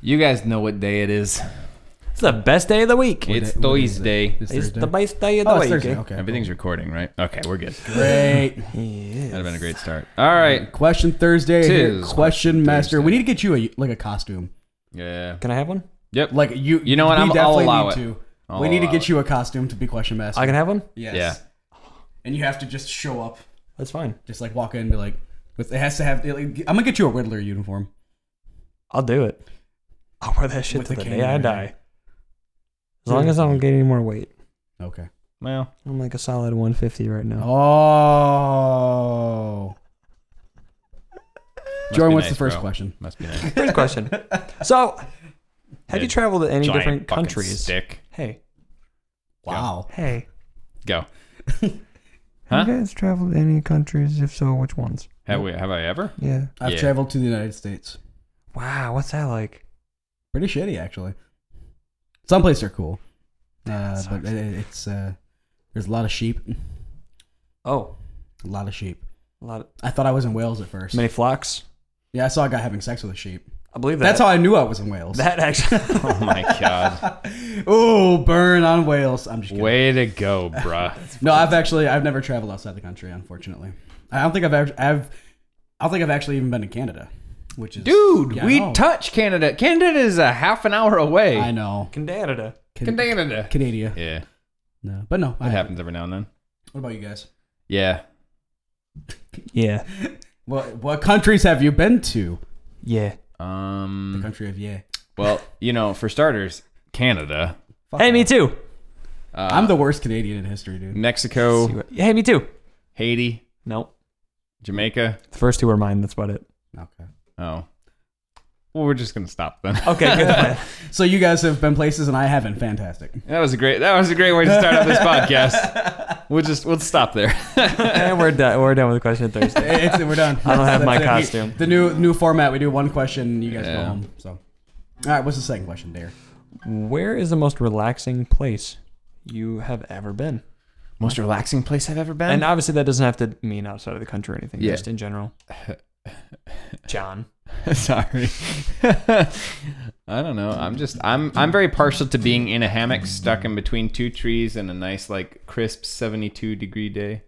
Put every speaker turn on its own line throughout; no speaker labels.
You guys know what day it is.
It's the best day of the week.
It's
day- what is it?
Thursday.
This
It's
Thursday?
the best day of the
Oh, it's
week.
Thursday.
eh?
Okay.
Everything's recording, right? Okay, we're good.
great.
That'd have been a great start. All right.
Question Thursday.
Tis
here. Question,
Question
master.
Thursday.
We need to get you a like a costume.
Yeah.
Can I have one?
Yep.
Like you.
You know what?
we
I'm- I'll
definitely
allow it.
need to.
I'll
we need to
allow
get
it.
you a costume to be question master.
I can have one.
yes.
Yeah.
And you have to just show up.
That's fine.
Just like walk in and be like. But it has to have. like, I'm gonna get you a Riddler uniform.
I'll do it. I'll wear that shit
With
to
the
the
cane
day I
and
die. As long as I don't get any more weight.
Okay.
Well,
I'm like a solid 150 right now.
Oh.
Oh.
must
Jordan,
be
what's
nice,
the first
bro.
question?
Must be nice.
First question. So, have
Yeah,
you traveled to any
Giant
different
fucking
countries?
Stick.
Hey,
Wow.
hey.
Go.
Have
Huh?
you guys traveled to any countries? If so, which ones?
Have, we, have I ever?
Yeah.
I've
Yeah.
traveled to the United States.
Wow, what's that like?
Pretty shitty, actually. Some places are cool, uh,
That
but
sucks.
it, it's uh, there's a lot of sheep.
Oh,
A lot of sheep.
a lot of
I thought I was in Wales at first.
many flocks.
Yeah, I saw a guy having sex with a sheep.
I believe that.
That's how I knew I was in Wales.
That actually.
Oh my god.
oh, burn on Wales. I'm just kidding.
Way to go, bruh.
No, I've actually I've never traveled outside the country, unfortunately. I don't think I've ever, I've I don't think I've actually even been to Canada, which is
Dude,
Yeah, I
we
know.
touch Canada. Canada is a half an hour away.
I know
Canada.
Can-
Canada.
Canada.
Yeah.
No, but no, I
That
haven't.
happens every now and then.
What about you guys?
Yeah.
Yeah.
What what countries have you been to?
Yeah. Hmm.
The
Um.
country of yeah.
Well, you know, for starters, Canada.
Fuck
Hey,
off.
me too.
Uh,
I'm the worst Canadian in history, dude.
Oh.
Mexico,
Hey, me too.
Haiti,
No.
Jamaica.
The first two are mine. That's about it.
Okay.
Oh. Well, we're just gonna stop then.
Okay, good plan.
So you guys have been places and I haven't. Fantastic.
That was a great. That was a great way to start off this podcast. We'll just we'll stop there.
and we're done. We're done with question Thursday.
It's, we're done.
I don't have my
That's it. We-
costume.
The new new format. We do one question. and You guys go
Yeah.
home. So, all right. What's the second question, Dare?
Where is the most relaxing place you have ever been?
Most relaxing place I've ever been.
And obviously, that doesn't have to mean outside of the country or anything.
Um, Yeah.
Just in general. John.
Sorry. I don't know. I'm just I'm I'm very partial to being in a hammock stuck in between two trees and a nice like crisp 72 degree day.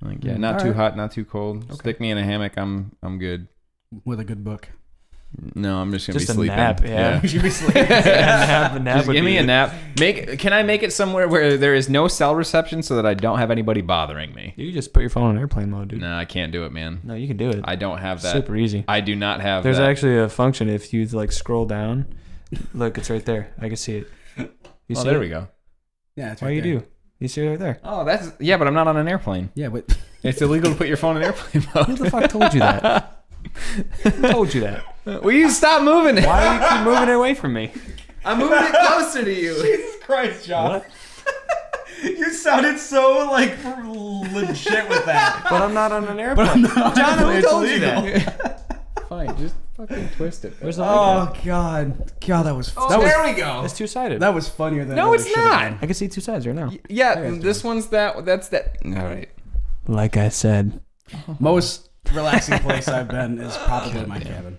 Like yeah, not too
Alright.
hot, not too cold. Stick me in a hammock. I'm I'm good.
With a good book.
No, I'm just gonna
Just
be
a
sleeping.
nap, yeah.
You should be sleeping.
nap, nap
Just
would
give
be-
me a nap. Make can I make it somewhere where there is no cell reception so that I don't have anybody bothering me?
You just put your phone on airplane mode, dude.
No, I can't do it, man.
No, you can do it.
I don't have that.
Super easy.
I do not have
There's
that.
actually a function if you like scroll down. Look, it's right there. I can see it. You
Oh,
see
there
it?
we go.
yeah, that's
Oh,
right
you
there.
do. You see it right there.
Oh, that's yeah, but I'm not on an airplane.
Yeah, but
It's illegal to put your phone in airplane mode.
Who the fuck told you that? Who told you that?
Will you stop moving it?
Why do you keep moving it away from me?
I'm moving it closer to you.
Jesus Christ, John.
What?
You sounded so like legit with that.
But I'm not on an airplane.
John,
Who told you that? Fine, just fucking twist it.
Where's the link at?
Oh God, God, that was that was
we go.
It's two sided.
that was funnier than.
Oh, No,
it
it's
should've
not.
been.
I can see two sides right now.
Yeah, this one's that. That's that. All right.
Like I said.
Most relaxing place I've been is probably my cabin.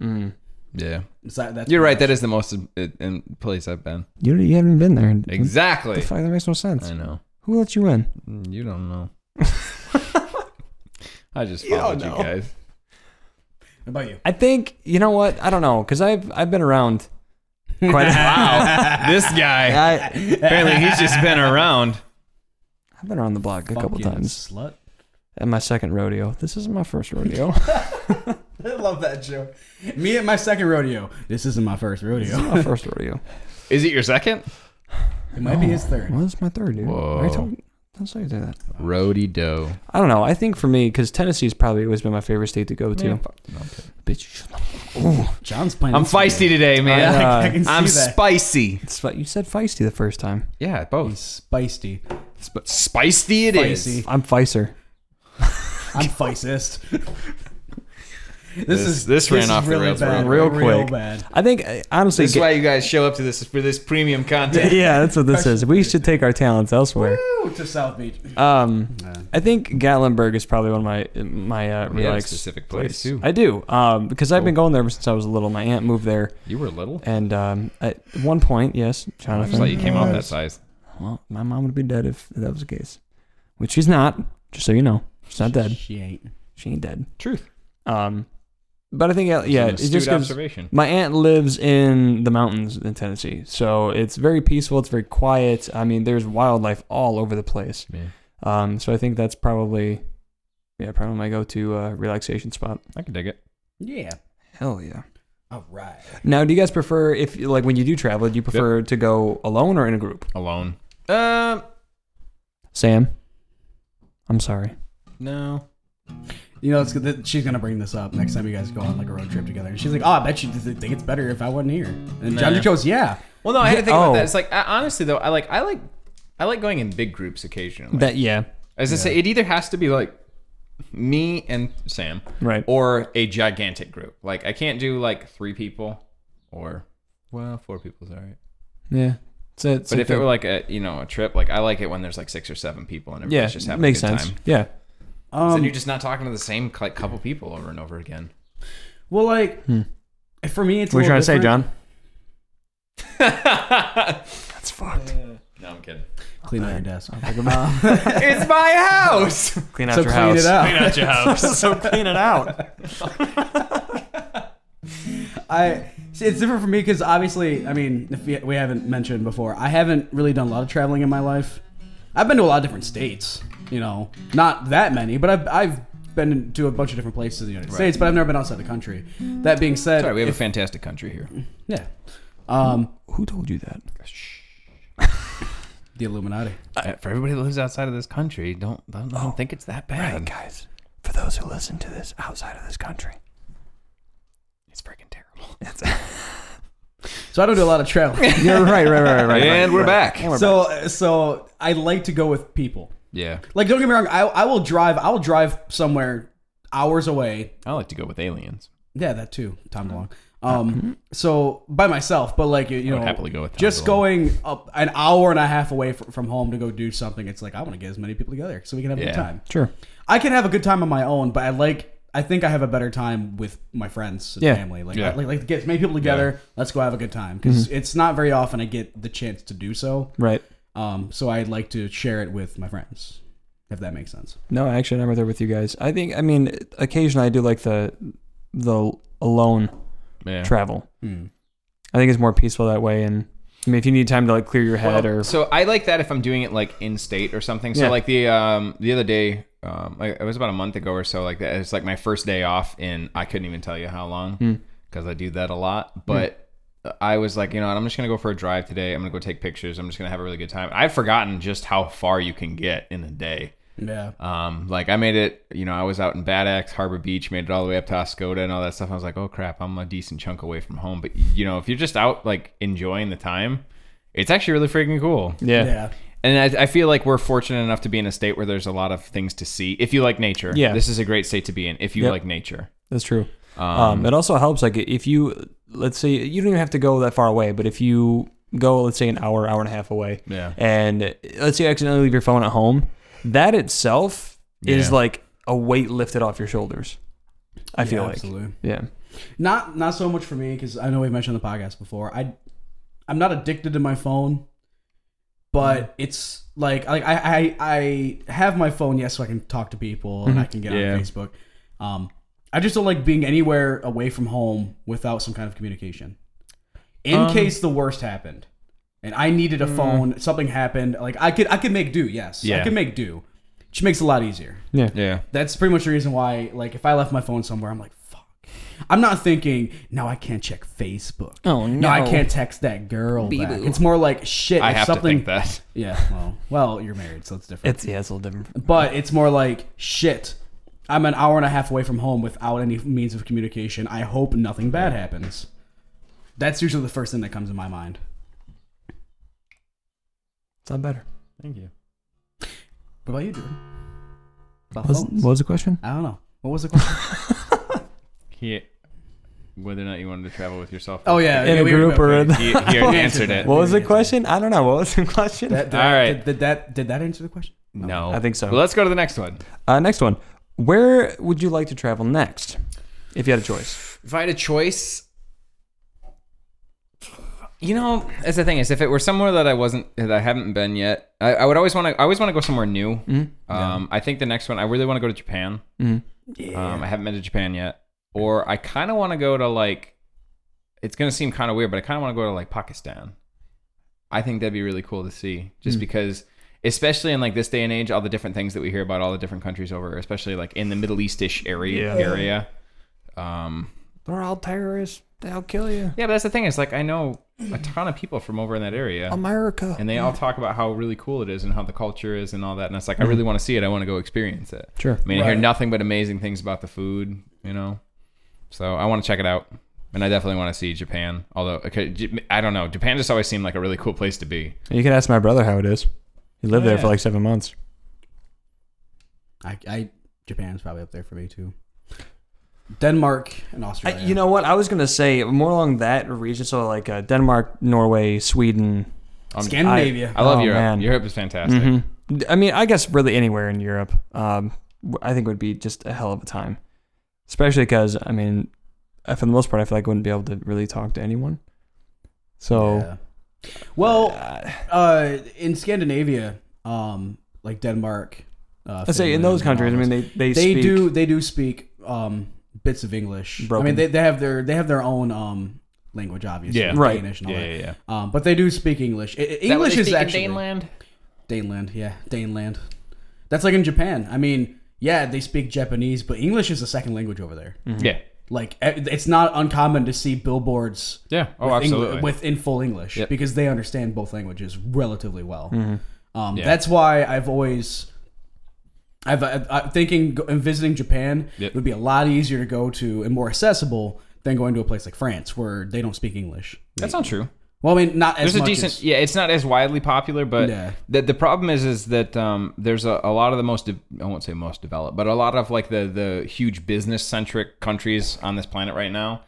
Mm.
Yeah,
Is that- that's
you're right. That is the most uh, in place I've been.
You, you haven't been there. What
Exactly.
the fuck? That makes no sense.
I know.
Who let you in?
Mm, You don't know. I just
You don't
followed you,
know.
guys.
What about you?
I think you know what? I don't know because I've I've been around quite. a
Wow, this guy.
I,
Apparently, he's just been around.
I've been around the block a couple
Fucking
times.
Slut.
At my second rodeo. This isn't my first rodeo.
I love that joke. Me at my second rodeo. This isn't my first
this
rodeo.
is my first rodeo.
Is it your second?
It might be his third.
Well, this is my third, dude.
Whoa.
I told, don't say you do that.
Roadie doe.
I don't know. I think for me, because Tennessee's probably always been my favorite state to go to. Bitch, you shut up.
John's playing.
I'm
this one.
feisty today, man.
I, uh,
I can see
I'm
that.
spicy.
It's like- you said feisty the first time.
Yeah, both.
He's feisty.
Sp- spicy it is.
Feisty.
I'm Ficer.
I'm feicest. This,
This-
is
this ran off the rails
bad,
real
real
quick.
bad.
I think uh, honestly,
This is
ga-
why you guys show up to this for this premium content.
yeah, that's what this is. We should take our talents elsewhere.
Woo, to South Beach.
Um,
Uh,
I think Gatlinburg is probably one of my my uh,
You have a
relaxed
specific place, too.
I do um, because I've been
Cool.
going there ever since I was little. My aunt moved there,
You were little.
and um, at one point, yes,
I
Jonathan.
just thought you came off that size.
Well, my mom would be dead if that was the case, which she's not. Just so you know, she's not dead.
She ain't.
She ain't dead.
Truth.
Um, but I think yeah, yeah, it
it's an
just
astute
gives,
observation.
my aunt lives in the mountains in Tennessee, so it's very peaceful. It's very quiet. I mean, there's wildlife all over the place.
Yeah.
Um, so I think that's probably, yeah, probably my go-to uh, relaxation spot.
I can dig it.
Yeah.
Hell yeah.
All right.
Now, do you guys prefer if like when you do travel, do you prefer to go alone or in a group?
Alone. Um.
Sam, I'm sorry.
No.
You know, it's, good that she's gonna bring this up next time you guys go on like a road trip together, and she's like, "Oh, I bet you th- think it's better if I wasn't here." And
Nah.
John just goes, "Yeah."
Well, no, I had to
Yeah,
think
oh.
about that. It's like I, honestly though, I like I like I like going in big groups occasionally.
That yeah,
As I say, it either has to be like me and Sam,
Right.
or a gigantic group. Like I can't do like three people, or well, four people's all right.
yeah. So,
But if it were like a you know a trip, like I like it when there's like six or seven people and everybody's
yeah,
just having
makes
a good
sense.
time.
Yeah,
So then
Um,
you're just not talking to the same like, couple people over and over again.
well, like for me, it's.
Hmm.
a
what are you
little
trying to say,
different.
John? That's fucked.
No, I'm kidding.
Clean out your desk.
it's my house.
Clean out
so
your
clean
house.
it up.
Not your house.
so clean it out.
I. see, It's different for me because obviously, I mean, if we- we haven't mentioned before, I haven't really done a lot of traveling in my life. I've been to a lot of different states, you know, not that many, but I've, I've been to a bunch of different places in the United States, but I've never been outside the country. That being said,
Sorry, we have a
if-
fantastic country here.
yeah, um,
Who told you that?
the Illuminati.
Uh, for everybody that lives outside of this country, don't don't, don't think it's that bad.
guys, for those who listen to this outside of this country,
It's freaking terrible.
So I don't do a lot of traveling.
you're right, right, right, right, right.
and we're back.
so, so I like to go with people.
Yeah,
Like, don't get me wrong. I, I will drive. I will drive somewhere hours away.
I like to go with aliens.
Yeah, that too. Tom DeLong. Um, so by myself, but like you, you
I
know,
would happily go with Tom
just
DeLonge.
going up an hour and a half away fr- from home to go do something. It's like I want to get as many people together so we can have a
Yeah.
good time.
Sure.
I can have a good time on my own, but I like. I think I have a better time with my friends and
Yeah.
family. Like,
Yeah.
I- like, like get as many people together. Let's go have a good time because it's not very often I get the chance to do so.
Right.
Um, so I'd like to share it with my friends, if that makes sense.
No, actually, I'm right there with you guys. I think, I mean, occasionally I do like the the alone
Yeah.
travel. I think it's more peaceful that way. And I mean, if you need time to like clear your head
Well,
or
so I like that if I'm doing it like in state or something. So
Yeah.
like the um the other day, um I, it was about a month ago or so. Like that, it's like my first day off, and I couldn't even tell you how long because I do that a lot. But I was like, you know, what, I'm just gonna go for a drive today. I'm gonna go take pictures. I'm just gonna have a really good time. I've forgotten just how far you can get in a day.
Yeah.
Um, like I made it, you know, I was out in Bad Axe, Harbor Beach, made it all the way up to Oscoda and all that stuff. I was like, oh crap, I'm a decent chunk away from home. But you know, if you're just out like enjoying the time, it's actually really freaking cool.
yeah.
Yeah.
And I, I feel like we're fortunate enough to be in a state where there's a lot of things to see. If you like nature,
Yeah.
this is a great state to be in. If you
Yep.
like nature,
that's true. Um, it also helps like if you let's say you don't even have to go that far away, but if you go let's say an hour, hour and a half away,
Yeah.
and let's say you accidentally leave your phone at home, that itself is
Yeah.
like a weight lifted off your shoulders. I feel like
Absolutely.
yeah,
Not not so much for me because I know we've mentioned on the podcast before. I I'm not addicted to my phone,
Mm-hmm.
but it's like like I I, I have my phone yes so I can talk to people and I can get
Mm-hmm. Yeah.
on Facebook. Um, I just don't like being anywhere away from home without some kind of communication. In
Um,
case the worst happened, and I needed a phone, something happened. Like I could I could make do. Yes, I
Mm. Yeah.
could make do, which makes it a lot easier
yeah,
yeah,
that's pretty much the reason why like if i left my phone somewhere i'm like fuck i'm not thinking no i can't check facebook
Oh, no.
i can't text that girl back. it's more like shit
I
if
have
something
to think that.
yeah well well you're married so it's different
It's yeah, it's a little different.
but it's more like shit i'm an hour and a half away from home without any means of communication i hope nothing bad happens that's usually the first thing that comes in my mind
It's not better.
Thank you.
what about you Jordan? About
What was,
phones?
what was the question?
i don't know what was the question
He, whether or not you wanted to travel with yourself.
Oh yeah,
In
yeah,
a
we-
group or in-
He, he already answered it.
What was the question? I don't know. What was the question?
That, did,
All right.
Did, did that did that answer the question?
No,
I think so.
Well, let's go to the next one.
Uh, next one. Where would you like to travel next, if you had a choice?
If I had a choice, you know, that's the thing is, if it were somewhere that I wasn't, that I haven't been yet, I, I would always want to. I always want to go somewhere new. Um, I think the next one, I really want to go to Japan.
Mm.
Um, I haven't been to Japan yet, or I kind of want to go to like. It's gonna seem kind of weird, but I kind of want to go to like Pakistan. I think that'd be really cool to see, just because, especially in like this day and age, all the different things that we hear about all the different countries over, especially like in the Middle Eastish area.
Yeah.
Area. Um,
They're all terrorists. They'll kill you.
yeah, but that's the thing. It's like I know a ton of people from over in that area,
Um,
America.
and they all talk about how really cool it is and how the culture is and all that. And it's like I really want to see it. I want to go experience it.
Sure.
I mean, I hear
Mm-hmm. Right.
nothing but amazing things about the food, you know. So I want to check it out, and I definitely want to see Japan. Although, okay, J- I don't know, Japan just always seemed like a really cool place to be.
You can ask my brother how it is. He lived
Oh,
there
yeah.
for like seven months.
I, I Japan's probably up there for me too. Denmark and
I,
Australia.
you know what? I was gonna say more along that region, so like uh, Denmark, Norway, Sweden.
Scandinavia.
um, I love
Oh,
Europe.
man.
Europe is fantastic.
Mm-hmm.
Mhm. I mean, I guess really anywhere in Europe, um, w- I think would be just a hell of a time. Especially because, I mean, I- for the most part, I feel like I wouldn't be able to really talk to anyone. So,
Yeah. Well,
uh,
uh, in Scandinavia, um, like Denmark, uh,
I say in
Finland,
those countries, I
Bahamas,
mean, they they,
they
speak,
do they do speak um, bits of English. I
Broken.
mean, they, they have their they have their own um, language, obviously,
Yeah.
Right.
Danish and all
Yeah,
that.
yeah, yeah.
Um, but they do speak English. I- I- English is actually
Daneland.
Daneland, yeah, Daneland. That's like in Japan. I mean, yeah, they speak Japanese, but English is a second language over there.
Yeah,
Like, e- it's not uncommon to see billboards
yeah. Oh,
with Engli-
absolutely.
with in full English
Yep.
because they understand both languages relatively well. Um,
Mm-hmm. Yeah.
That's why I've always. I've, I, I'm thinking go- and visiting Japan
Yep.
would be a lot easier to go to and more accessible than going to a place like France where they don't speak English.
That's not true.
Well, I mean, not as
There's a
much
decent.
as-
yeah, it's not as widely popular, but
Yeah.
the the problem is is that um, there's a, a lot of the most de- I won't say most developed, but a lot of like the the huge business centric countries on this planet right now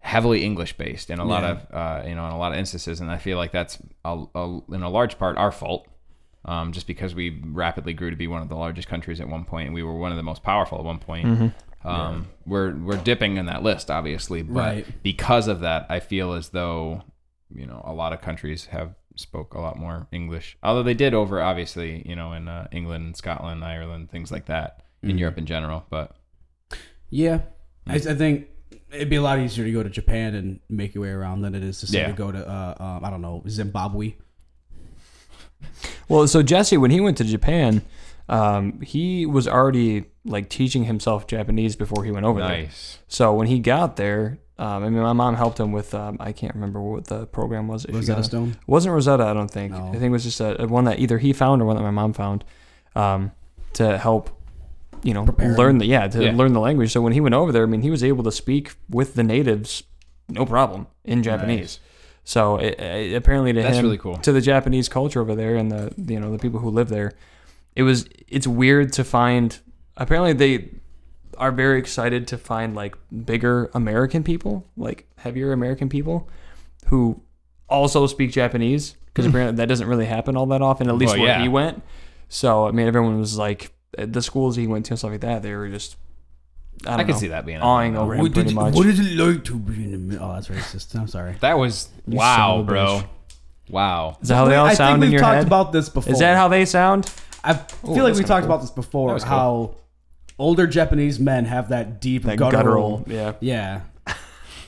heavily English based in a lot of uh, you know in a lot of instances, and I feel like that's a, a, in a large part our fault. Um, just because we rapidly grew to be one of the largest countries at one point, and we were one of the most powerful at one point.
Mm-hmm.
Um, We're we're dipping in that list, obviously, but
Right.
because of that, I feel as though you know a lot of countries have spoke a lot more English. Although they did over obviously, you know, in uh, England, Scotland, Ireland, things like that in
Mm.
Europe in general. But
Yeah,
Mm-hmm.
I, I think it'd be a lot easier to go to Japan and make your way around than it is to say
Yeah.
to go to uh, um, I don't know Zimbabwe.
Well, so Jesse, when he went to Japan, um, he was already like teaching himself Japanese before he went over there.
nice,
So when he got there, um, I mean, my mom helped him with um, I can't remember what the program was. that she got
Rosetta
him.
Stone.
It wasn't Rosetta, I don't think.
No.
I think it was just a, a one that either he found or one that my mom found um, to help, you know,
Prepare
learn the yeah to
Yeah.
learn the language. So when he went over there, I mean, he was able to speak with the natives, no problem in Japanese. So it, it, apparently to
That's
him,
really cool.
to the Japanese culture over there and the you know the people who live there, it was it's weird to find. Apparently they are very excited to find like bigger American people, like heavier American people, who also speak Japanese because apparently that doesn't really happen all that often, at least
Hmm. Well,
where
yeah.
he went. So I mean, everyone was like at the schools he went to and stuff like that. They were just I,
I
don't
can
know,
see that being a-
awing over him pretty much.
is it like to be in the middle? Oh, that's racist. I'm sorry.
that was
son
wow,
of a
bro,
bitch.
wow.
Is that how they
Wait,
all
I
sound
think
in
we've
your
talked
head?
about this before.
Is that how they sound?
I
Ooh,
feel like
that's
we
kinda
talked
cool.
about this before.
was cool.
How older Japanese men have that deep
That
guttural,
guttural, yeah.
yeah.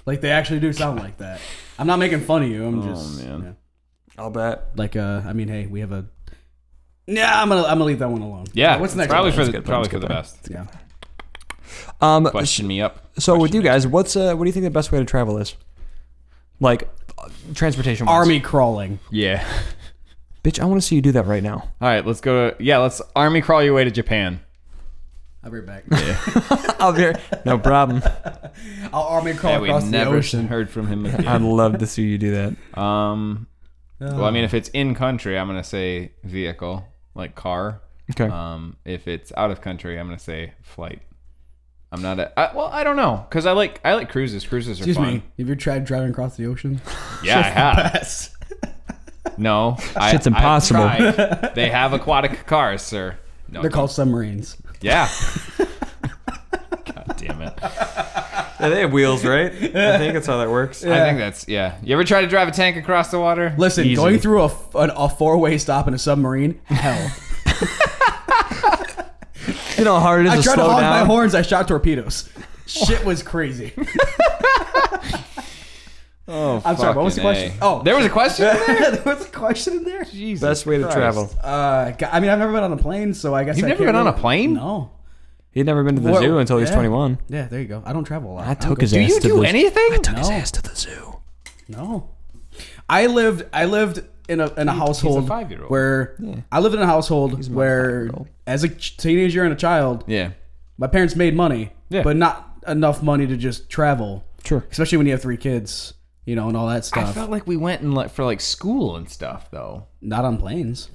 Like they actually do sound like that. I'm not making fun of you. I'm
Oh,
just
man.
yeah.
I'll bet.
like uh, I mean, hey, we have a. Nah, I'm gonna I'm gonna leave that one alone.
Yeah,
what's next?
Probably
one?
for
That's
the
a good one,
probably
that's a
for the
good one.
best.
yeah.
Um,
Question me up.
so with you guys, what's uh, what do you think the best way to travel is? Like uh, transportation. wise.
Army crawling.
Yeah.
bitch. I want to see you do that right now.
All right, let's go to yeah. Let's army crawl your way to Japan.
I'll be right back.
I'll be no problem.
I'll army crawl
Yeah, we
across the
never
ocean.
heard from him again.
I'd love to see you do that.
um, well, I mean,
Uh.
if it's in country, I'm gonna say vehicle, like car.
Okay.
Um, if it's out of country, I'm gonna say flight. I'm not a I, well. I don't know because I like I like cruises. Cruises are
Excuse
fun.
me. Have you tried driving across the ocean?
Yeah, I have. No, I,
Shit's
I've
impossible.
tried. They have aquatic cars, sir. No,
They're
no.
called submarines.
Yeah. God damn it.
they have wheels, right? I think that's how that works.
I think that's yeah. You ever try to drive a tank across the water?
Listen,
Easy.
going through a, f- an- a four way stop in a submarine, hell.
You know how hard it is
I
to
tried to
slow
honk my
down.
horns. I shot torpedoes. Shit was crazy.
Oh,
I'm sorry, what was the
fucking
question?
A.
Oh.
there was a question. in there?
there was a question in there.
Jesus,
Best way to
Christ.
travel.
Uh, g- I mean, I've never been on a plane, so I guess
You've
I
never
can't
been on
really-
a plane?
No.
He'd never been to the
What-
zoo until he was
yeah.
21.
Yeah, there you go. I don't travel a lot.
I took his
Do
ass
you
to
do
the
anything?
his
No.
ass to the zoo.
No. I lived I lived in a in a household
five-year-old.
where I lived in a household
my
where
five-year-old.
as a ch- teenager and a child,
Yeah.
my parents made money,
Yeah.
but not enough money to just travel,
Sure.
especially when you have three kids, you know, and all that
I
stuff.
felt like we went and like for like school and stuff though.
not on planes.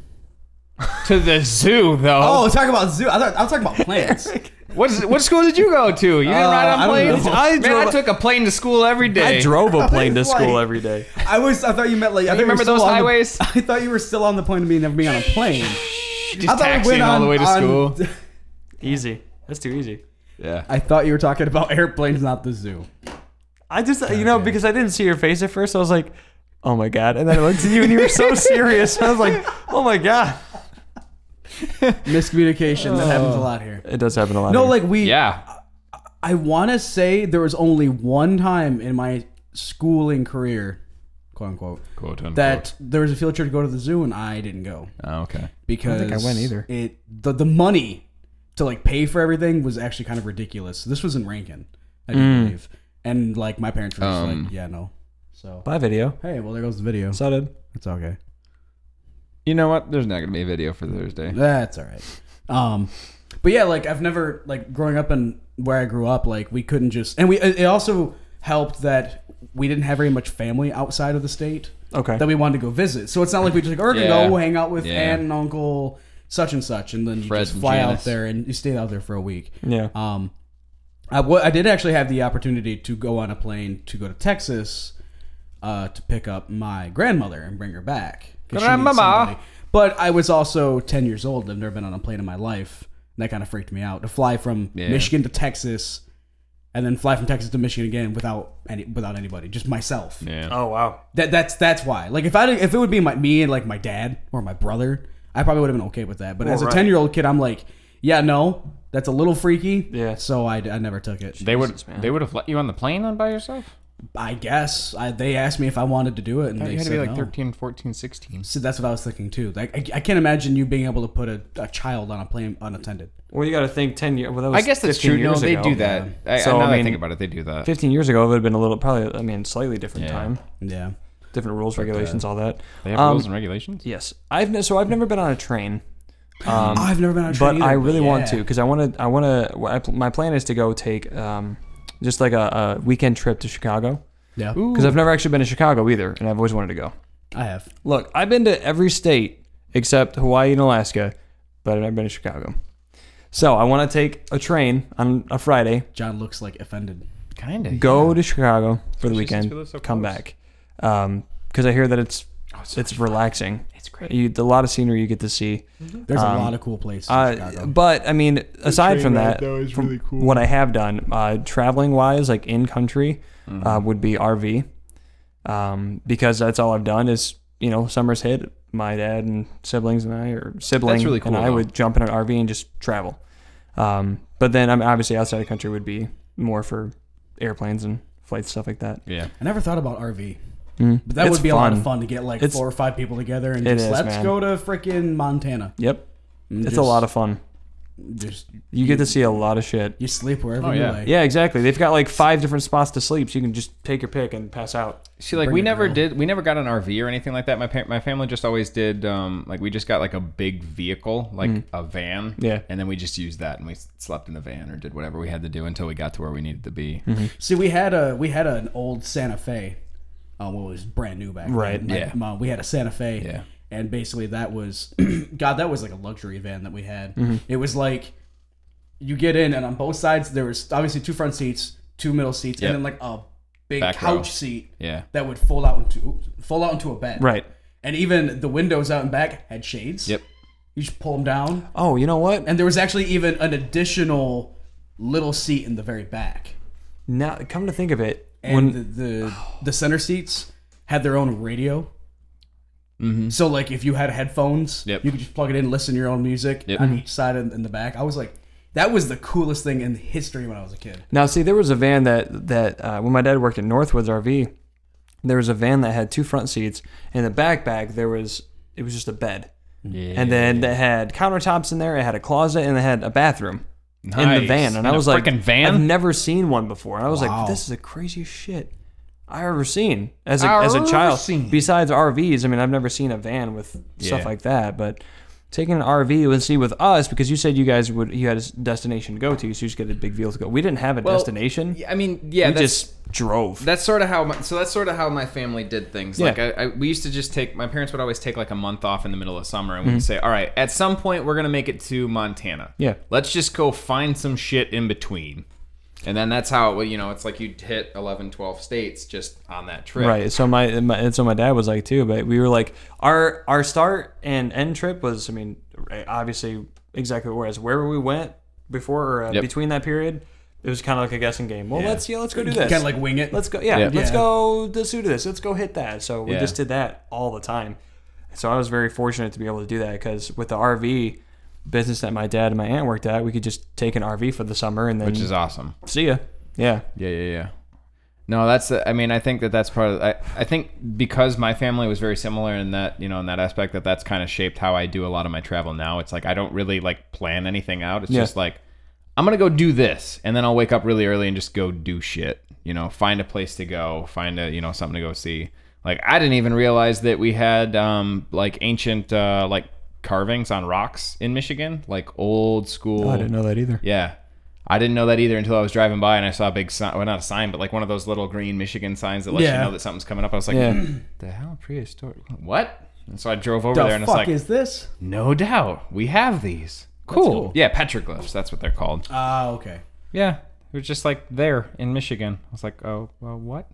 To the zoo though.
Oh, talking about zoo. I thought I was talking about planes.
What is, what school did you go to? You didn't
Uh,
ride
I
on
don't
planes?
know.
I
Man, I
drove-
took a plane to school every day.
I drove a plane to
It's
school
like-
every day.
I was I thought you meant like I thought were
remember
still
those
on the-
highways?
I thought you were still on the point of me never being on a plane. I
Just
thought we
taxiing
went
all
on-
the way to
on-
school.
Easy. That's too easy.
Yeah.
I thought you were talking about airplanes, not the zoo.
I just, you know, because I didn't see your face at first, I was like, oh my God. And then I looked at you and you were so serious. I was like, oh my God.
Miscommunication that happens a lot here.
It does happen a lot.
No,
here.
like we
Yeah.
I want to say there was only one time in my schooling career, quote unquote,
Quote unquote.
that there was a field trip to go to the zoo and I didn't go
Oh, okay.
because
think I went either.
It the the money to like pay for everything was actually kind of ridiculous. This was in Rankin, I do
Mm.
believe, and like my parents were just
Um.
like, yeah, no. So
Bye, video.
hey, well there goes the video.
So did.
It's okay.
You know what? There's not gonna be a video for Thursday.
That's all right. Um, but yeah, like I've never like growing up in where I grew up, like we couldn't just and we it it also helped that we didn't have very much family outside of the state
Okay.
that we wanted to go visit. So it's not like we just like, oh, we're gonna
Yeah.
go hang out with
Yeah.
aunt and uncle such and such, and then you
Fred
just
and
fly out
Janice.
there and you stayed out there for a week.
yeah.
Um, I wa- I did actually have the opportunity to go on a plane to go to Texas uh, to pick up my grandmother and bring her back. 'cause she needs
Grandmama.
somebody. But I was also 10 years old. I've never been on a plane in my life. And that kind of freaked me out to fly from
Yeah.
Michigan to Texas and then fly from Texas to Michigan again without any, without anybody, just myself.
Yeah.
oh, wow.
That that's that's why. Like if I if it would be my me and like my dad or my brother, I probably would have been okay with that. But as a
Right.
ten year old kid, I'm like, yeah, no, that's a little freaky.
Yeah.
So I, I never took it.
They would they would have let you on the plane on by yourself?
I guess I, they asked me if I wanted to do it, and they
You had to
said
be like
no.
13, 14, 16.
So that's what I was thinking too. Like I, I can't imagine you being able to put a, a child on a plane unattended.
Well, you got to think 10 years. Well, that was
I guess that's
15
true. No,
years
they
ago.
do that. I,
So,
now
I
that I
mean-
think about it, they do that.
15 years ago, it would have been a little, probably, I mean, slightly different
Yeah.
time,
Yeah.
different rules, regulations, all that.
They have
Um,
rules and regulations.
Yes, I've ne- so I've never been on a train, um,
oh, I've never been on a
but
train.
I
either.
really want to
Yeah.
because I want to. I want to. My plan is to go take um, just like a, a weekend trip to Chicago
Yeah.
because I've never actually been to Chicago either, and I've always wanted to go.
I have.
Look, I've been to every state except Hawaii and Alaska, but I've never been to Chicago. So I want to take a train on a Friday,
John looks like offended.
Kind of.
go to Chicago for the weekend,
we live so
come
close.
back, because I hear that it's Oh, it's relaxing. It's great. You, a lot of scenery you get to see.
There's a lot of cool places. in
Uh,
Chicago.
but Um, I mean, aside from that,
is really cool.
what I have done uh, traveling wise, like in country, uh,
Mm-hmm.
would be RV, um, because that's all I've done is you know summers hit, my dad and siblings and I or siblings
really
and
cool,
I
though.
would jump in an RV and just travel. Um, but then I'm obviously outside of country would be more for airplanes and flights stuff like that.
Yeah.
I never thought about RV.
Mhm.
But that
It's
would be a lot of
fun.
fun to get like
It's-
four or five people together and
It
just
is,
let's
man.
go to frickin' Montana.
Yep,
And
it's a
just-
lot of fun.
just
You get to see a lot of shit.
you sleep wherever
Oh,
you
yeah.
like.
Yeah, exactly. They've got like five different spots to sleep, so you can just take your pick and pass out.
See, like
Bring
we
a
never
girl.
did, we never got an RV or anything like that. My parent, my family just always did. Um, like we just got like a big vehicle, like a van.
Mm. Yeah.
And then we just used that, and we s- slept in the van or did whatever we had to do until we got to where we needed to be.
Mm-hmm.
See, we had a we had an old Santa Fe, um, what was brand new back
Right,
then. My
yeah.
mom- we had a Santa Fe.
Yeah.
Mm-hmm.
And basically, that was God. That was like a luxury van that we had. It was like you get in, and on both sides there was obviously two front seats, two middle seats,
Yep.
and then like a big
Back row.
couch seat
Yeah.
that would fold out into fold out into a bed.
Right.
And even the windows out and back had shades.
Yep.
You just pull them down,
Oh, you know what?
and there was actually even an additional little seat in the very back.
Now, come to think of it,
and
when
the the, the center seats had their own radio. So like if you had headphones,
Mm-hmm. Yep.
you could just plug it in, listen to your own music
Yep.
on each side and in the back. I was like, that was the coolest thing in history when I was a kid.
now see there was a van that that uh, when my dad worked at Northwoods RV, there was a van that had two front seats and the back bag there was it was just a bed.
Yeah.
And then it had countertops in there. It had a closet and it had a bathroom in the van. And I was like,
freaking
I've
van.
never seen one before. And I was
Wow.
like, this is the craziest shit I've ever seen as a,
I've
as a
ever
child.
seen.
Besides RVs, I mean, I've never seen a van with
Yeah.
stuff like that. But taking an RV and see with us because you said you guys would you had a s- destination to go to, so you just get a big vehicle to go. We didn't have a destination.
I mean, yeah,
we
that's
just drove.
that's sort of how my, so that's sort of how my family did things like I, I, we used to just take my parents would always take like a month off in the middle of summer and we'd say all right at some point we're gonna make it to montana
Mm-hmm. Yeah.
let's just go find some shit in between and then that's how it would- you know it's like you'd hit 11 12 states just on that trip
Right. So my, and my and so my dad was like too, but we were like our our start and end trip was I mean right, obviously exactly whereas wherever we went before or uh,
Yep.
between that period it was kind of like a guessing game. Well, let's yeah, let's go do this.
Kind of like wing it.
let's go yeah,
Yeah.
let's
Yeah.
go this do this. Let's go hit that. So we
Yeah.
just did that all the time. So I was very fortunate to be able to do that because with the RV business that my dad and my aunt worked at, we could just take an RV for the summer and then
which is awesome
see ya. Yeah.
Yeah, yeah, yeah. No, that's. I mean, I think that that's part of. I, I think because my family was very similar in that, you know, in that aspect, that that's kind of shaped how I do a lot of my travel now. It's like I don't really like plan anything out. It's
Yeah.
just like I'm gonna go do this, and then I'll wake up really early and just go do shit. You know, find a place to go, find a you know something to go see. Like I didn't even realize that we had um like ancient uh like carvings on rocks in Michigan, like old school.
Oh, I didn't know that either.
Yeah. I didn't know that either until I was driving by and I saw a big sign. Well, not a sign, but like one of those little green Michigan signs that lets
Yeah.
you know that something's coming up. I was like,
Yeah.
the hell prehistoric? What? And so I drove over
the
there and it's
fuck
like,
is this?
no doubt, we have these. Cool.
cool.
Yeah, petroglyphs. That's what they're called.
Ah, okay.
Yeah. It was just like there in Michigan. I was like, oh, well, what?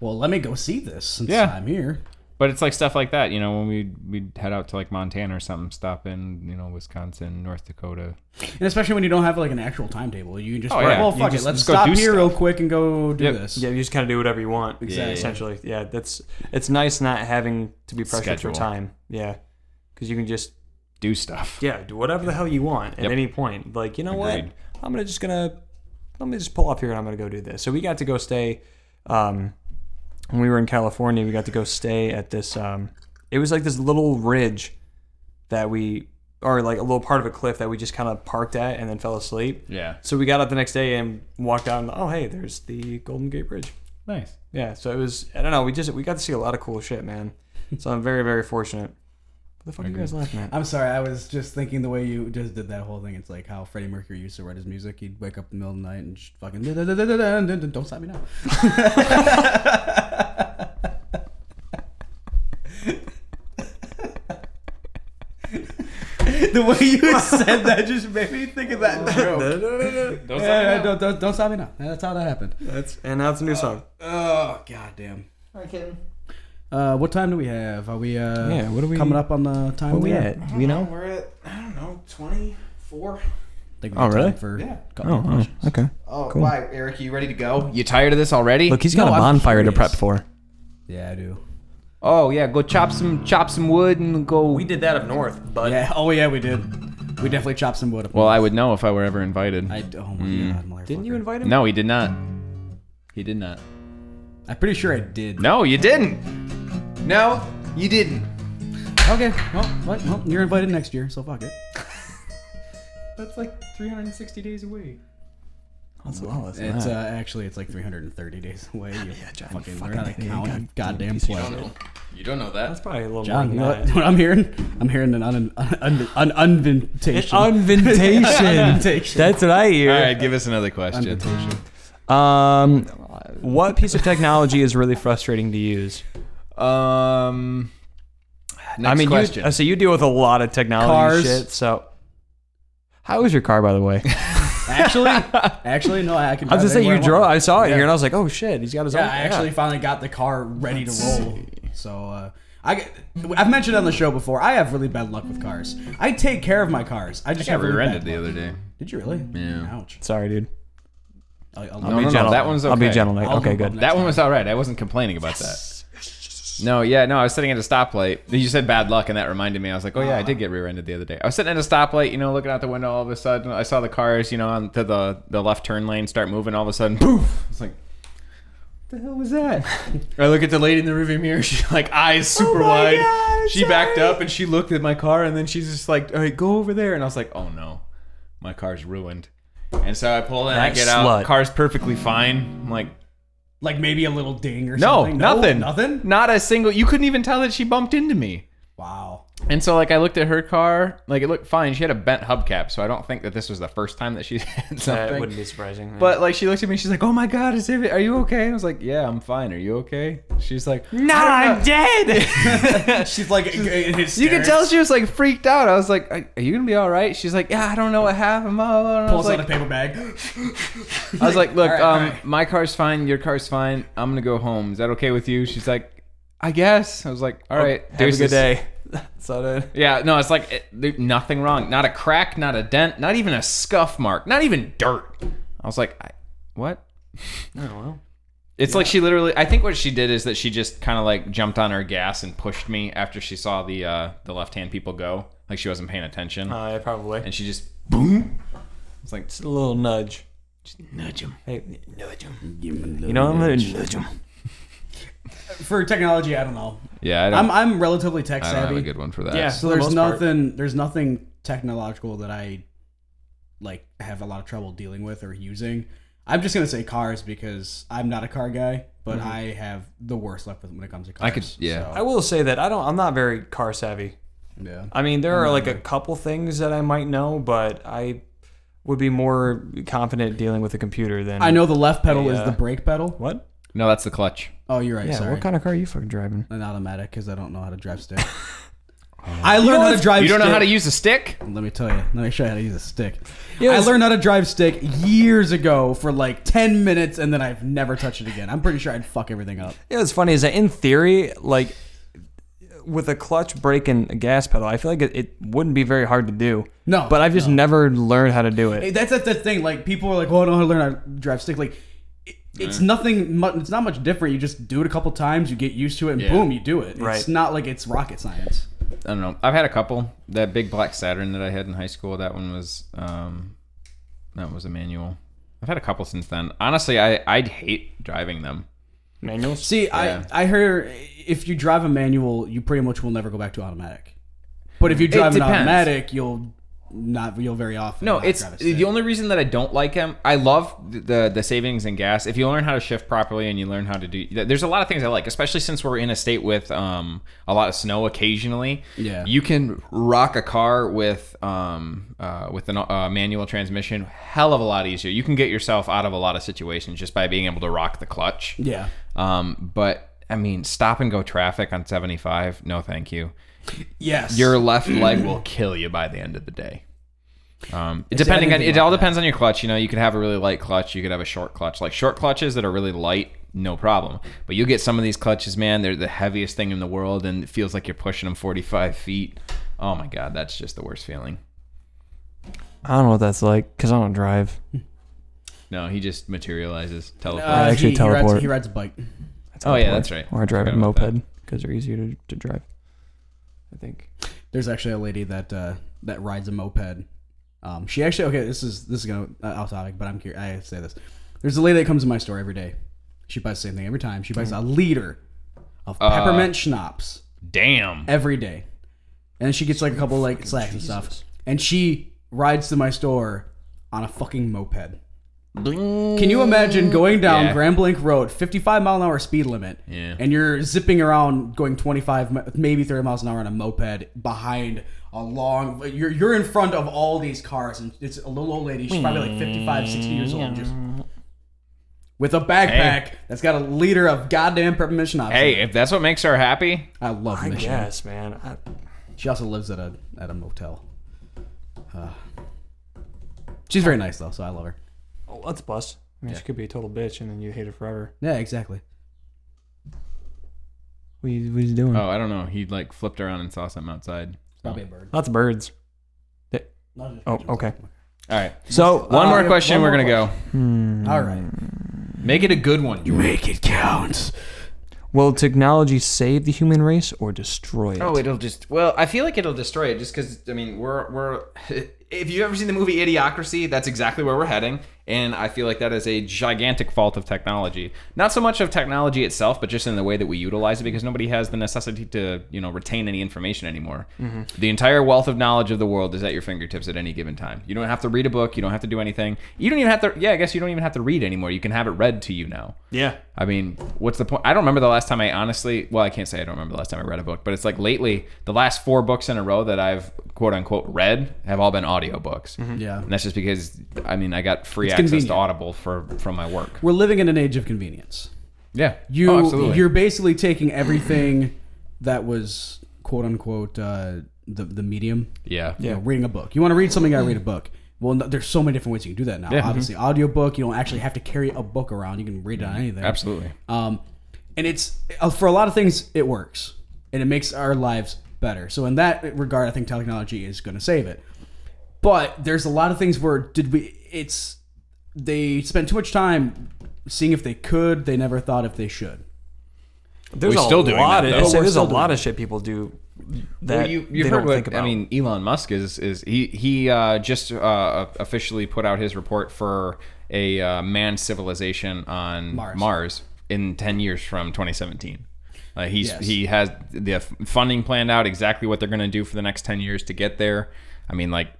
Well, let me go see this since
Yeah.
I'm here.
But it's like stuff like that, you know, when we we'd head out to like Montana or something, stop in, you know, Wisconsin, North Dakota.
And especially when you don't have like an actual timetable, you can just
Oh,
right,
yeah.
well
You
fuck
just-
it, let's
just go
stop
do
here
stuff.
real quick and go do
Yep.
this.
Yeah, you just kind of do whatever you want.
Exactly.
Essentially, yeah. That's it's nice not having to be pressured
Schedule.
for time. Yeah, because you can just
Do stuff.
yeah do whatever the hell you want at
Yep.
any point. Like you know
Agreed.
what, I'm gonna just gonna let me just pull up here and I'm gonna go do this. So we got to go stay. Um, when we were in California, we got to go stay at this. Um, it was like this little ridge that we or like a little part of a cliff that we just kind of parked at and then fell asleep.
Yeah.
So we got up the next day and walked out and oh hey, there's the Golden Gate Bridge.
Nice.
Yeah, so it was. I don't know. We just we got to see a lot of cool shit, man. So I'm very very fortunate. What the fuck are you guys laughing at?
I'm sorry, I was just thinking the way you just did that whole thing. It's like how Freddie Mercury used to write his music. He'd wake up in the middle of the night and just fucking don't stop me now. the way you said that just made me think of that joke.
Don't
Yeah, yeah, don't, don't, don't stop me now. Yeah, That's how that happened.
That's and now it's a new song.
Oh goddamn. Uh, what time do we have? Are we uh,
Yeah, what are we-
coming up on the time?
What we
limit?
at? Oh, Do we know?
We're at I don't know twenty four.
think we
Oh,
have time
really?
For
Yeah.
a couple more questions.
okay.
Oh, why, Eric? You ready to go? You tired of this already?
Look, he's
got
got
No, a
a
I'm
bonfire to
curious.
prep
prep
for.
Yeah, I do.
oh yeah, go chop some chop some wood and go.
did that up north, but
Yeah. Oh yeah, we did. We definitely chopped some wood up.
well, I would know if I were ever invited.
I oh my
mm.
god, motherfucker.
didn't you invite him?
no, he did not. He did not.
I'm pretty sure I did.
No, you didn't. No, you didn't.
Okay. Well, what? Well, you're invited next year, so fuck it.
That's like 360 days away.
That's a lot.
It's uh, actually it's like 330 days away. You yeah,
John,
fucking,
you
we're
fucking
not a
idiot.
counting.
God-
Goddamn
piece of
play.
shit.
You don't know
That's
that.
probably a little
John, you know
more
what,
than that.
what I'm hearing? I'm hearing an un, un, un, un, uninvitation. Invitation.
That's what I hear.
All right, give us another question.
Invitation.
Um, what piece of technology is really frustrating to use?
Um, next
I mean,
question.
You, uh, so you deal with a lot of technology
Cars.
shit. So, how is your car, by the way?
actually, actually, no, I can.
I was gonna
drive
say
anywhere
you
I
drove.
want.
I saw it
Yeah.
here and I was like, oh shit, he's got his
Yeah,
own.
I actually finally got the car ready to roll. So uh, I, I've mentioned on the show before, I have really bad luck with cars. I take care of my cars. I just
I
have really
rear-ended
bad
the
luck.
other day.
Did you really?
Yeah.
Ouch.
Sorry, dude.
I'll, I'll,
No, no, no, that one's okay.
I'll be gentle. Nick.
I'll
Okay,
do
good.
one
That one was all right. I wasn't complaining about that. No, yeah, no. I was sitting at a stoplight. You said bad luck, and that reminded me. I was like, oh yeah, I did get rear-ended the other day. I was sitting at a stoplight, you know, looking out the window. All of a sudden, I saw the cars, you know, on to the the left turn lane start moving. All of a sudden, poof! It's like, what the hell was that? I look at the lady in the rearview mirror. She like eyes super
Oh my
wide.
God,
she backed up and she looked at my car, and then she's just like, all right, go over there. And I was like, oh no, my car's ruined. And so I pull in, I
That
get
slut.
out. Car's perfectly fine. I'm like,
Like maybe a little ding or
no,
something.
nothing.
Nothing.
Not a single. You couldn't even tell that she bumped into me.
Wow.
And so, like, I looked at her car. Like, it looked fine. She had a bent hubcap, so I don't think that this was the first time that she had
That
something.
wouldn't be surprising. yeah.
but like, she looked at me. She's like, "Oh my god, is it? Are you okay?" I was like, "Yeah, I'm fine. Are you okay?" She's like, "No,
I'm
dead."
She's like in hysterics.
you could tell she was like freaked out. I was like, "Are are you gonna be all right?" She's like, "Yeah, I don't know what happened." blah, blah, blah." And I was
pulls
like,
out a paper bag.
I was like, look,
All right,
um,
all right.
my car's fine, your car's fine. I'm gonna go home. Is that okay with you? She's like, I guess. I was like,
Oh,
all right,
have
deuces.
a good day. That's all it.
Yeah, no, it's like it, there- nothing wrong. Not a crack, not a dent, not even a scuff mark, not even dirt. I was like, I, what?
Oh well.
It's like she literally. I think what she did is that she just kind of like jumped on her gas and pushed me after she saw the uh, the left hand people go. Like she wasn't paying attention,
Uh, yeah, probably.
and she just boom. It's like
Just a little nudge.
nudge him.
Hey, nudge him. You know I'm gonna nudge him.
For technology, I don't know.
Yeah, I don't,
I'm I'm relatively tech
I don't have
savvy.
a good one for that.
Yeah.
so
For the
there's
most part.
nothing there's nothing technological that I like have a lot of trouble dealing with or using. I'm just gonna say cars because I'm not a car guy, but I have the worst luck with when it comes to
I
cars.
could- yeah.
I will say that I don't. I'm not very car savvy.
yeah.
I mean, there are like a couple things that I might know, but I would be more confident dealing with a computer than
I know the left pedal is
Yeah.
the brake pedal.
What?
No, that's the clutch.
Oh, you're right.
Yeah.
sorry,
What kind of car are you fucking driving?
an automatic because I don't know how to drive stick. I learned how to
what's-
drive.
You don't know
stick.
how to use a stick?
Let me tell you. Let me show you how to use a stick.
Yeah,
I
it's-
learned how to drive stick years ago for like 10 minutes and then I've never touched it again. I'm pretty sure I'd fuck everything up.
Yeah, what's funny is that in theory, like with a clutch brake and a gas pedal, I feel like it, it wouldn't be very hard to do.
No,
but I've just never learned how to do it.
Hey, That's that's the thing. Like people are like, "Oh, I don't know how to learn how to drive stick." Like it, it's nothing mu- it's not much different. You just do it a couple times, you get used to it and
Yeah.
boom, you do it.
Right.
It's not like it's rocket science.
I don't know. I've had a couple. That big black Saturn that I had in high school, that one was um that was a manual. I've had a couple since then. Honestly, I I'd hate driving them.
Manuals.
See,
Yeah.
I I heard if you drive a manual, you pretty much will never go back to automatic. But if you drive an
depends.
automatic, you'll not you'll very often.
No,
not
it's
drive a stick.
the only reason that I don't like them. I love the, the the savings and gas. If you learn how to shift properly and you learn how to do, there's a lot of things I like, especially since we're in a state with um a lot of snow occasionally.
Yeah.
you can rock a car with um uh, with an uh, manual transmission, hell of a lot easier. You can get yourself out of a lot of situations just by being able to rock the clutch.
yeah.
Um, but I mean, stop and go traffic on 75. No, thank you.
Yes. Uh,
Your left leg will kill you by the end of the day. Um, depending on
anything
it, all depends on your clutch. You know, you could have a really light clutch. You could have a short clutch. Like short clutches that are really light, no problem. But you get some of these clutches, man. They're the heaviest thing in the world, and it feels like you're pushing them 45 feet. Oh my god, that's just the worst feeling.
I don't know what that's like because I don't drive.
No, he just materializes. Teleport.
Uh,
actually
he, he rides-
teleport.
He rides, a bike.
oh yeah, that's right.
Or I drive a
Forgot about
moped because they're easier to, to drive. I think.
There's actually a lady that uh, that rides a moped. Um, she actually okay. This is this is gonna uh, off topic, but I'm curious. I have to say this. There's a lady that comes to my store every day. She buys the same thing every time. She buys a liter of peppermint schnapps
that. Damn.
every day, and she gets like a couple like slacks and stuff. And she rides to my store on a fucking moped. Can you imagine going down
Yeah.
Grand Blanc Road, 55 mile an hour speed limit,
Yeah.
and you're zipping around going 25, mi- maybe 30 miles an hour on a moped behind a long, you're, you're in front of all these cars, and it's a little old lady, she's probably like 55, 60 years old, just with a backpack that's got a liter of goddamn peppermint schnapps. in
Hey,
it.
if that's what makes her happy,
I love
I
Michigan.
guess, man. I,
She also lives at a at a motel. Uh, She's very nice though, so I love her.
Oh, that's a plus. I mean,
Yeah.
she could be a total bitch, and then you hate her forever.
Yeah, exactly.
What are you, what are you doing?
Oh, I don't know. He like flipped around and saw something outside. So.
Probably a bird.
Lots of birds. Oh, okay.
All right.
So
One
uh,
more question.
one
we're
more
gonna
hmm.
All right.
go. Make it a good one.
Make it count.
Will technology save the human race or destroy it?
Oh, it'll just. Well, I feel like it'll destroy it just because. I mean, we're we're. If you've ever seen the movie Idiocracy, that's exactly where we're heading, and I feel like that is a gigantic fault of technology. Not so much of technology itself, but just in the way that we utilize it, because nobody has the necessity to you know retain any information anymore. The entire wealth of knowledge of the world is at your fingertips at any given time. You don't have to read a book. You don't have to do anything. You don't even have to. Yeah, I guess you don't even have to read anymore. You can have it read to you now.
yeah.
I mean, what's the point? I don't remember the last time I honestly, well, I can't say I don't remember the last time I read a book, but it's like lately, the last four books in a row that I've quote unquote read have all been audiobooks.
Yeah.
And that's just because, I mean, I got free
It's
access
convenient.
to Audible for from my work.
We're living in an age of convenience.
Yeah.
You
Oh, absolutely.
you're basically taking everything that was quote unquote uh, the the medium.
yeah.
You know, reading a book. You want to read something, I read a book. Well, no, there's so many different ways you can do that now.
Yeah. mm-hmm.
Obviously, audiobook, you don't actually have to carry a book around. You can read it on anything.
Absolutely.
Um, and it's uh, for a lot of things, it works and it makes our lives better. So in that regard, I think technology is going to save it. But there's a lot of things where did we? It's they spent too much time seeing if they could. They never thought if they should.
There's
We're
a
still doing
lot
that,
of
though.
say
Oh, We're
there's a
still
lot of shit people do that
Well, you, you've
they
heard
don't
what
think about.
I mean. Elon Musk is is he he uh, just uh, officially put out his report for a uh, manned civilization on
Mars.
Mars, in ten years from 2017. Uh, he's
Yes.
he has the f- funding planned out exactly what they're going to do for the next ten years to get there. I mean, like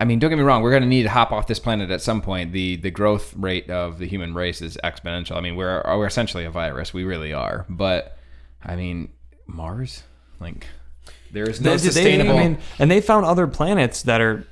I mean, don't get me wrong. We're going to need to hop off this planet at some point. the The growth rate of the human race is exponential. I mean, we're we're essentially a virus. We really are. But I mean, Mars, like, there is no
They- they-
sustainable. Oh,
I mean, and they found other planets that are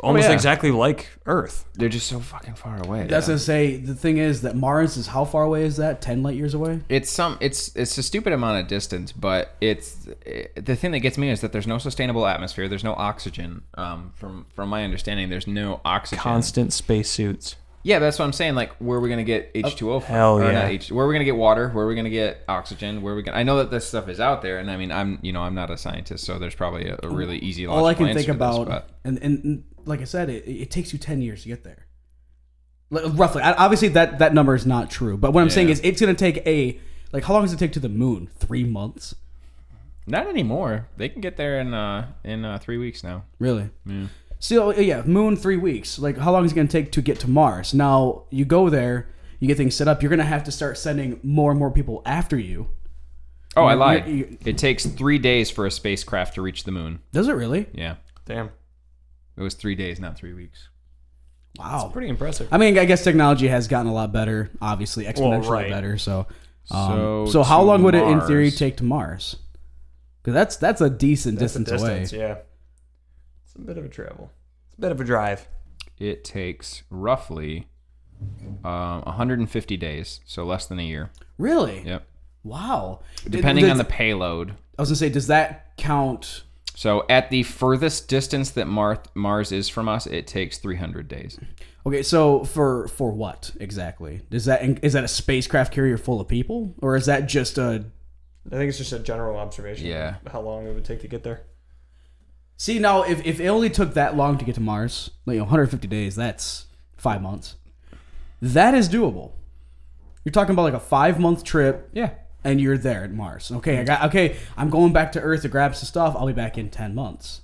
almost
yeah.
exactly like Earth.
they're just so fucking far away.
That's to say, the thing is that Mars is how far away is that? Ten light years away.
it's some. It's it's a stupid amount of distance, but it's it, the thing that gets me is that there's no sustainable atmosphere. There's no oxygen. Um, from from my understanding, there's no oxygen.
Constant spacesuits.
Yeah, that's what I'm saying. Like, where are we gonna get H two O from?
hell
Or
yeah.
not H- where are we gonna get water? Where are we gonna get oxygen? Where are we gonna? I know that this stuff is out there, and I mean, I'm you know I'm not a scientist, so there's probably a, a really easy.
all I
logical
can
answer
think
to this,
about,
but-
and, and and like I said, it, it takes you ten years to get there, L- roughly. I, obviously, that that number is not true, but what I'm saying
Yeah.
is, it's going to take a like how long does it take to the moon? Three months,
not anymore. They can get there in uh in uh, three weeks now.
really? Yeah. So uh, yeah, moon three weeks. Like how long is it going to take to get to Mars? Now you go there, you get things set up. You're going to have to start sending more and more people after you.
Oh, I
You-
lied.
you- you-
It takes three days for a spacecraft to reach the moon.
Does it really?
Yeah,
Damn,
it was three days, not three weeks.
Wow.
pretty impressive.
I mean, I guess technology has gotten a lot better, obviously exponentially
right.
better. So, um, so,
So
how
to
long would it in theory
Mars.
take to Mars? Because that's that's a decent distance, away.
yeah. It's a bit of a travel. It's a bit of a drive.
It takes roughly um 150 days, so less than a year.
Really?
Yep.
Wow.
Depending
Does-
on the payload.
I was gonna say, does that count?
So at the furthest distance that Mar- Mars is from us, it takes 300 days.
Okay, so for for what exactly? Is that is that a spacecraft carrier full of people, or is that just a?
I think it's just a general observation.
Yeah.
How long it would take to get there?
See now, if if it only took that long to get to Mars, like you know, 150 days, that's five months. That is doable. You're talking about like a five month trip.
Yeah.
and you're there at Mars. Okay, I got okay. I'm going back to Earth to grab some stuff. I'll be back in ten months.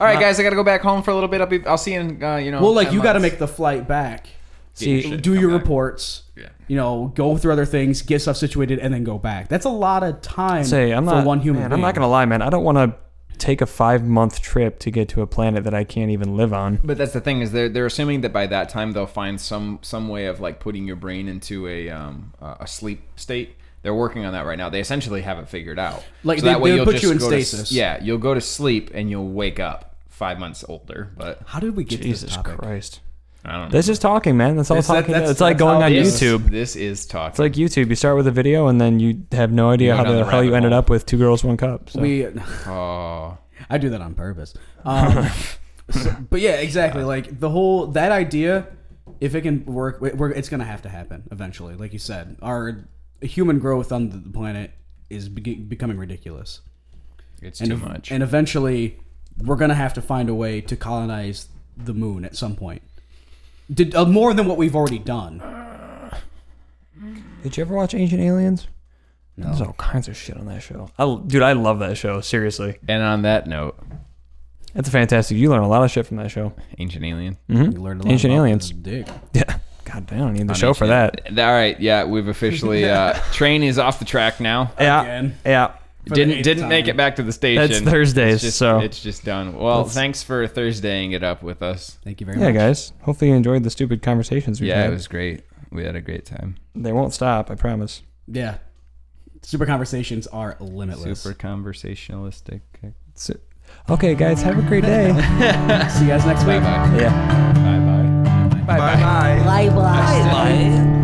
All right, guys, I got to go back home for a little bit. I'll be I'll see you in uh, you know
Well, like
10
you got to
months.
make the flight back,
See,
shit.
do
come
your
back.
reports.
Yeah.
You know, go through other things, get stuff situated, and then go back. That's a lot of time
say I'm
for
not
one human.
man,
being.
I'm not gonna lie, man. I don't want to take a five month trip to get to a planet that I can't even live on.
But that's the thing is they're they're assuming that by that time they'll find some some way of like putting your brain into a um uh, a sleep state. They're working on that right now. They essentially have it figured out.
Like, they- they put you in
go to s-
stasis.
yeah, you'll go to sleep and you'll wake up five months older. But
How did we get to this
Jesus
topic?
Christ.
I don't know.
That's just talking, man. That's all
That's-
talking.
that's-
it's like
that's
going
how
on
it is.
This-
YouTube.
This is talking.
It's like YouTube. You start with a video, and then you have no idea
go
how
down
the
the
hell you
rabbit
ended
hole.
up with two girls, one cup. So.
We,
oh,
I do that on purpose. Um, so- but yeah, exactly. Like the whole that idea, if it can work, we- we're, it's gonna have to happen eventually. Like you said, our human growth on the planet is be- becoming ridiculous,
It's
and
too
ev-
much.
And eventually, we're gonna have to find a way to colonize the moon at some point. Did, uh, more than what we've already done.
Did you ever watch Ancient Aliens? There's all kinds of shit on that show. I, dude, I love that show. Seriously,
and on that note,
it's fantastic. You learn a lot of shit from that show.
Ancient Alien.
Mm-hmm.
We learned a lot
Ancient
about
aliens.
the Dick.
Yeah. God damn, I need the show for that.
Th- All right, yeah, we've officially uh, train is off the track now.
Yeah.
Again.
Yeah.
the
didn't
eighth
didn't make
time.
it back to the station.
That's Thursdays,
It's just,
so-
it's just done. Well,
Let's-
thanks for Thursdaying it up with us.
Thank you very
Yeah,
much.
guys. Hopefully you enjoyed the stupid conversations we
Yeah,
had.
it was great. We had a great time.
they won't stop, I promise.
Yeah. Super conversations are limitless.
Super conversationalistic.
So- okay, guys, have a great day.
See you guys next
Bye
week.
bye.
yeah.
Bye bye.
Bye bye.
Bye bye.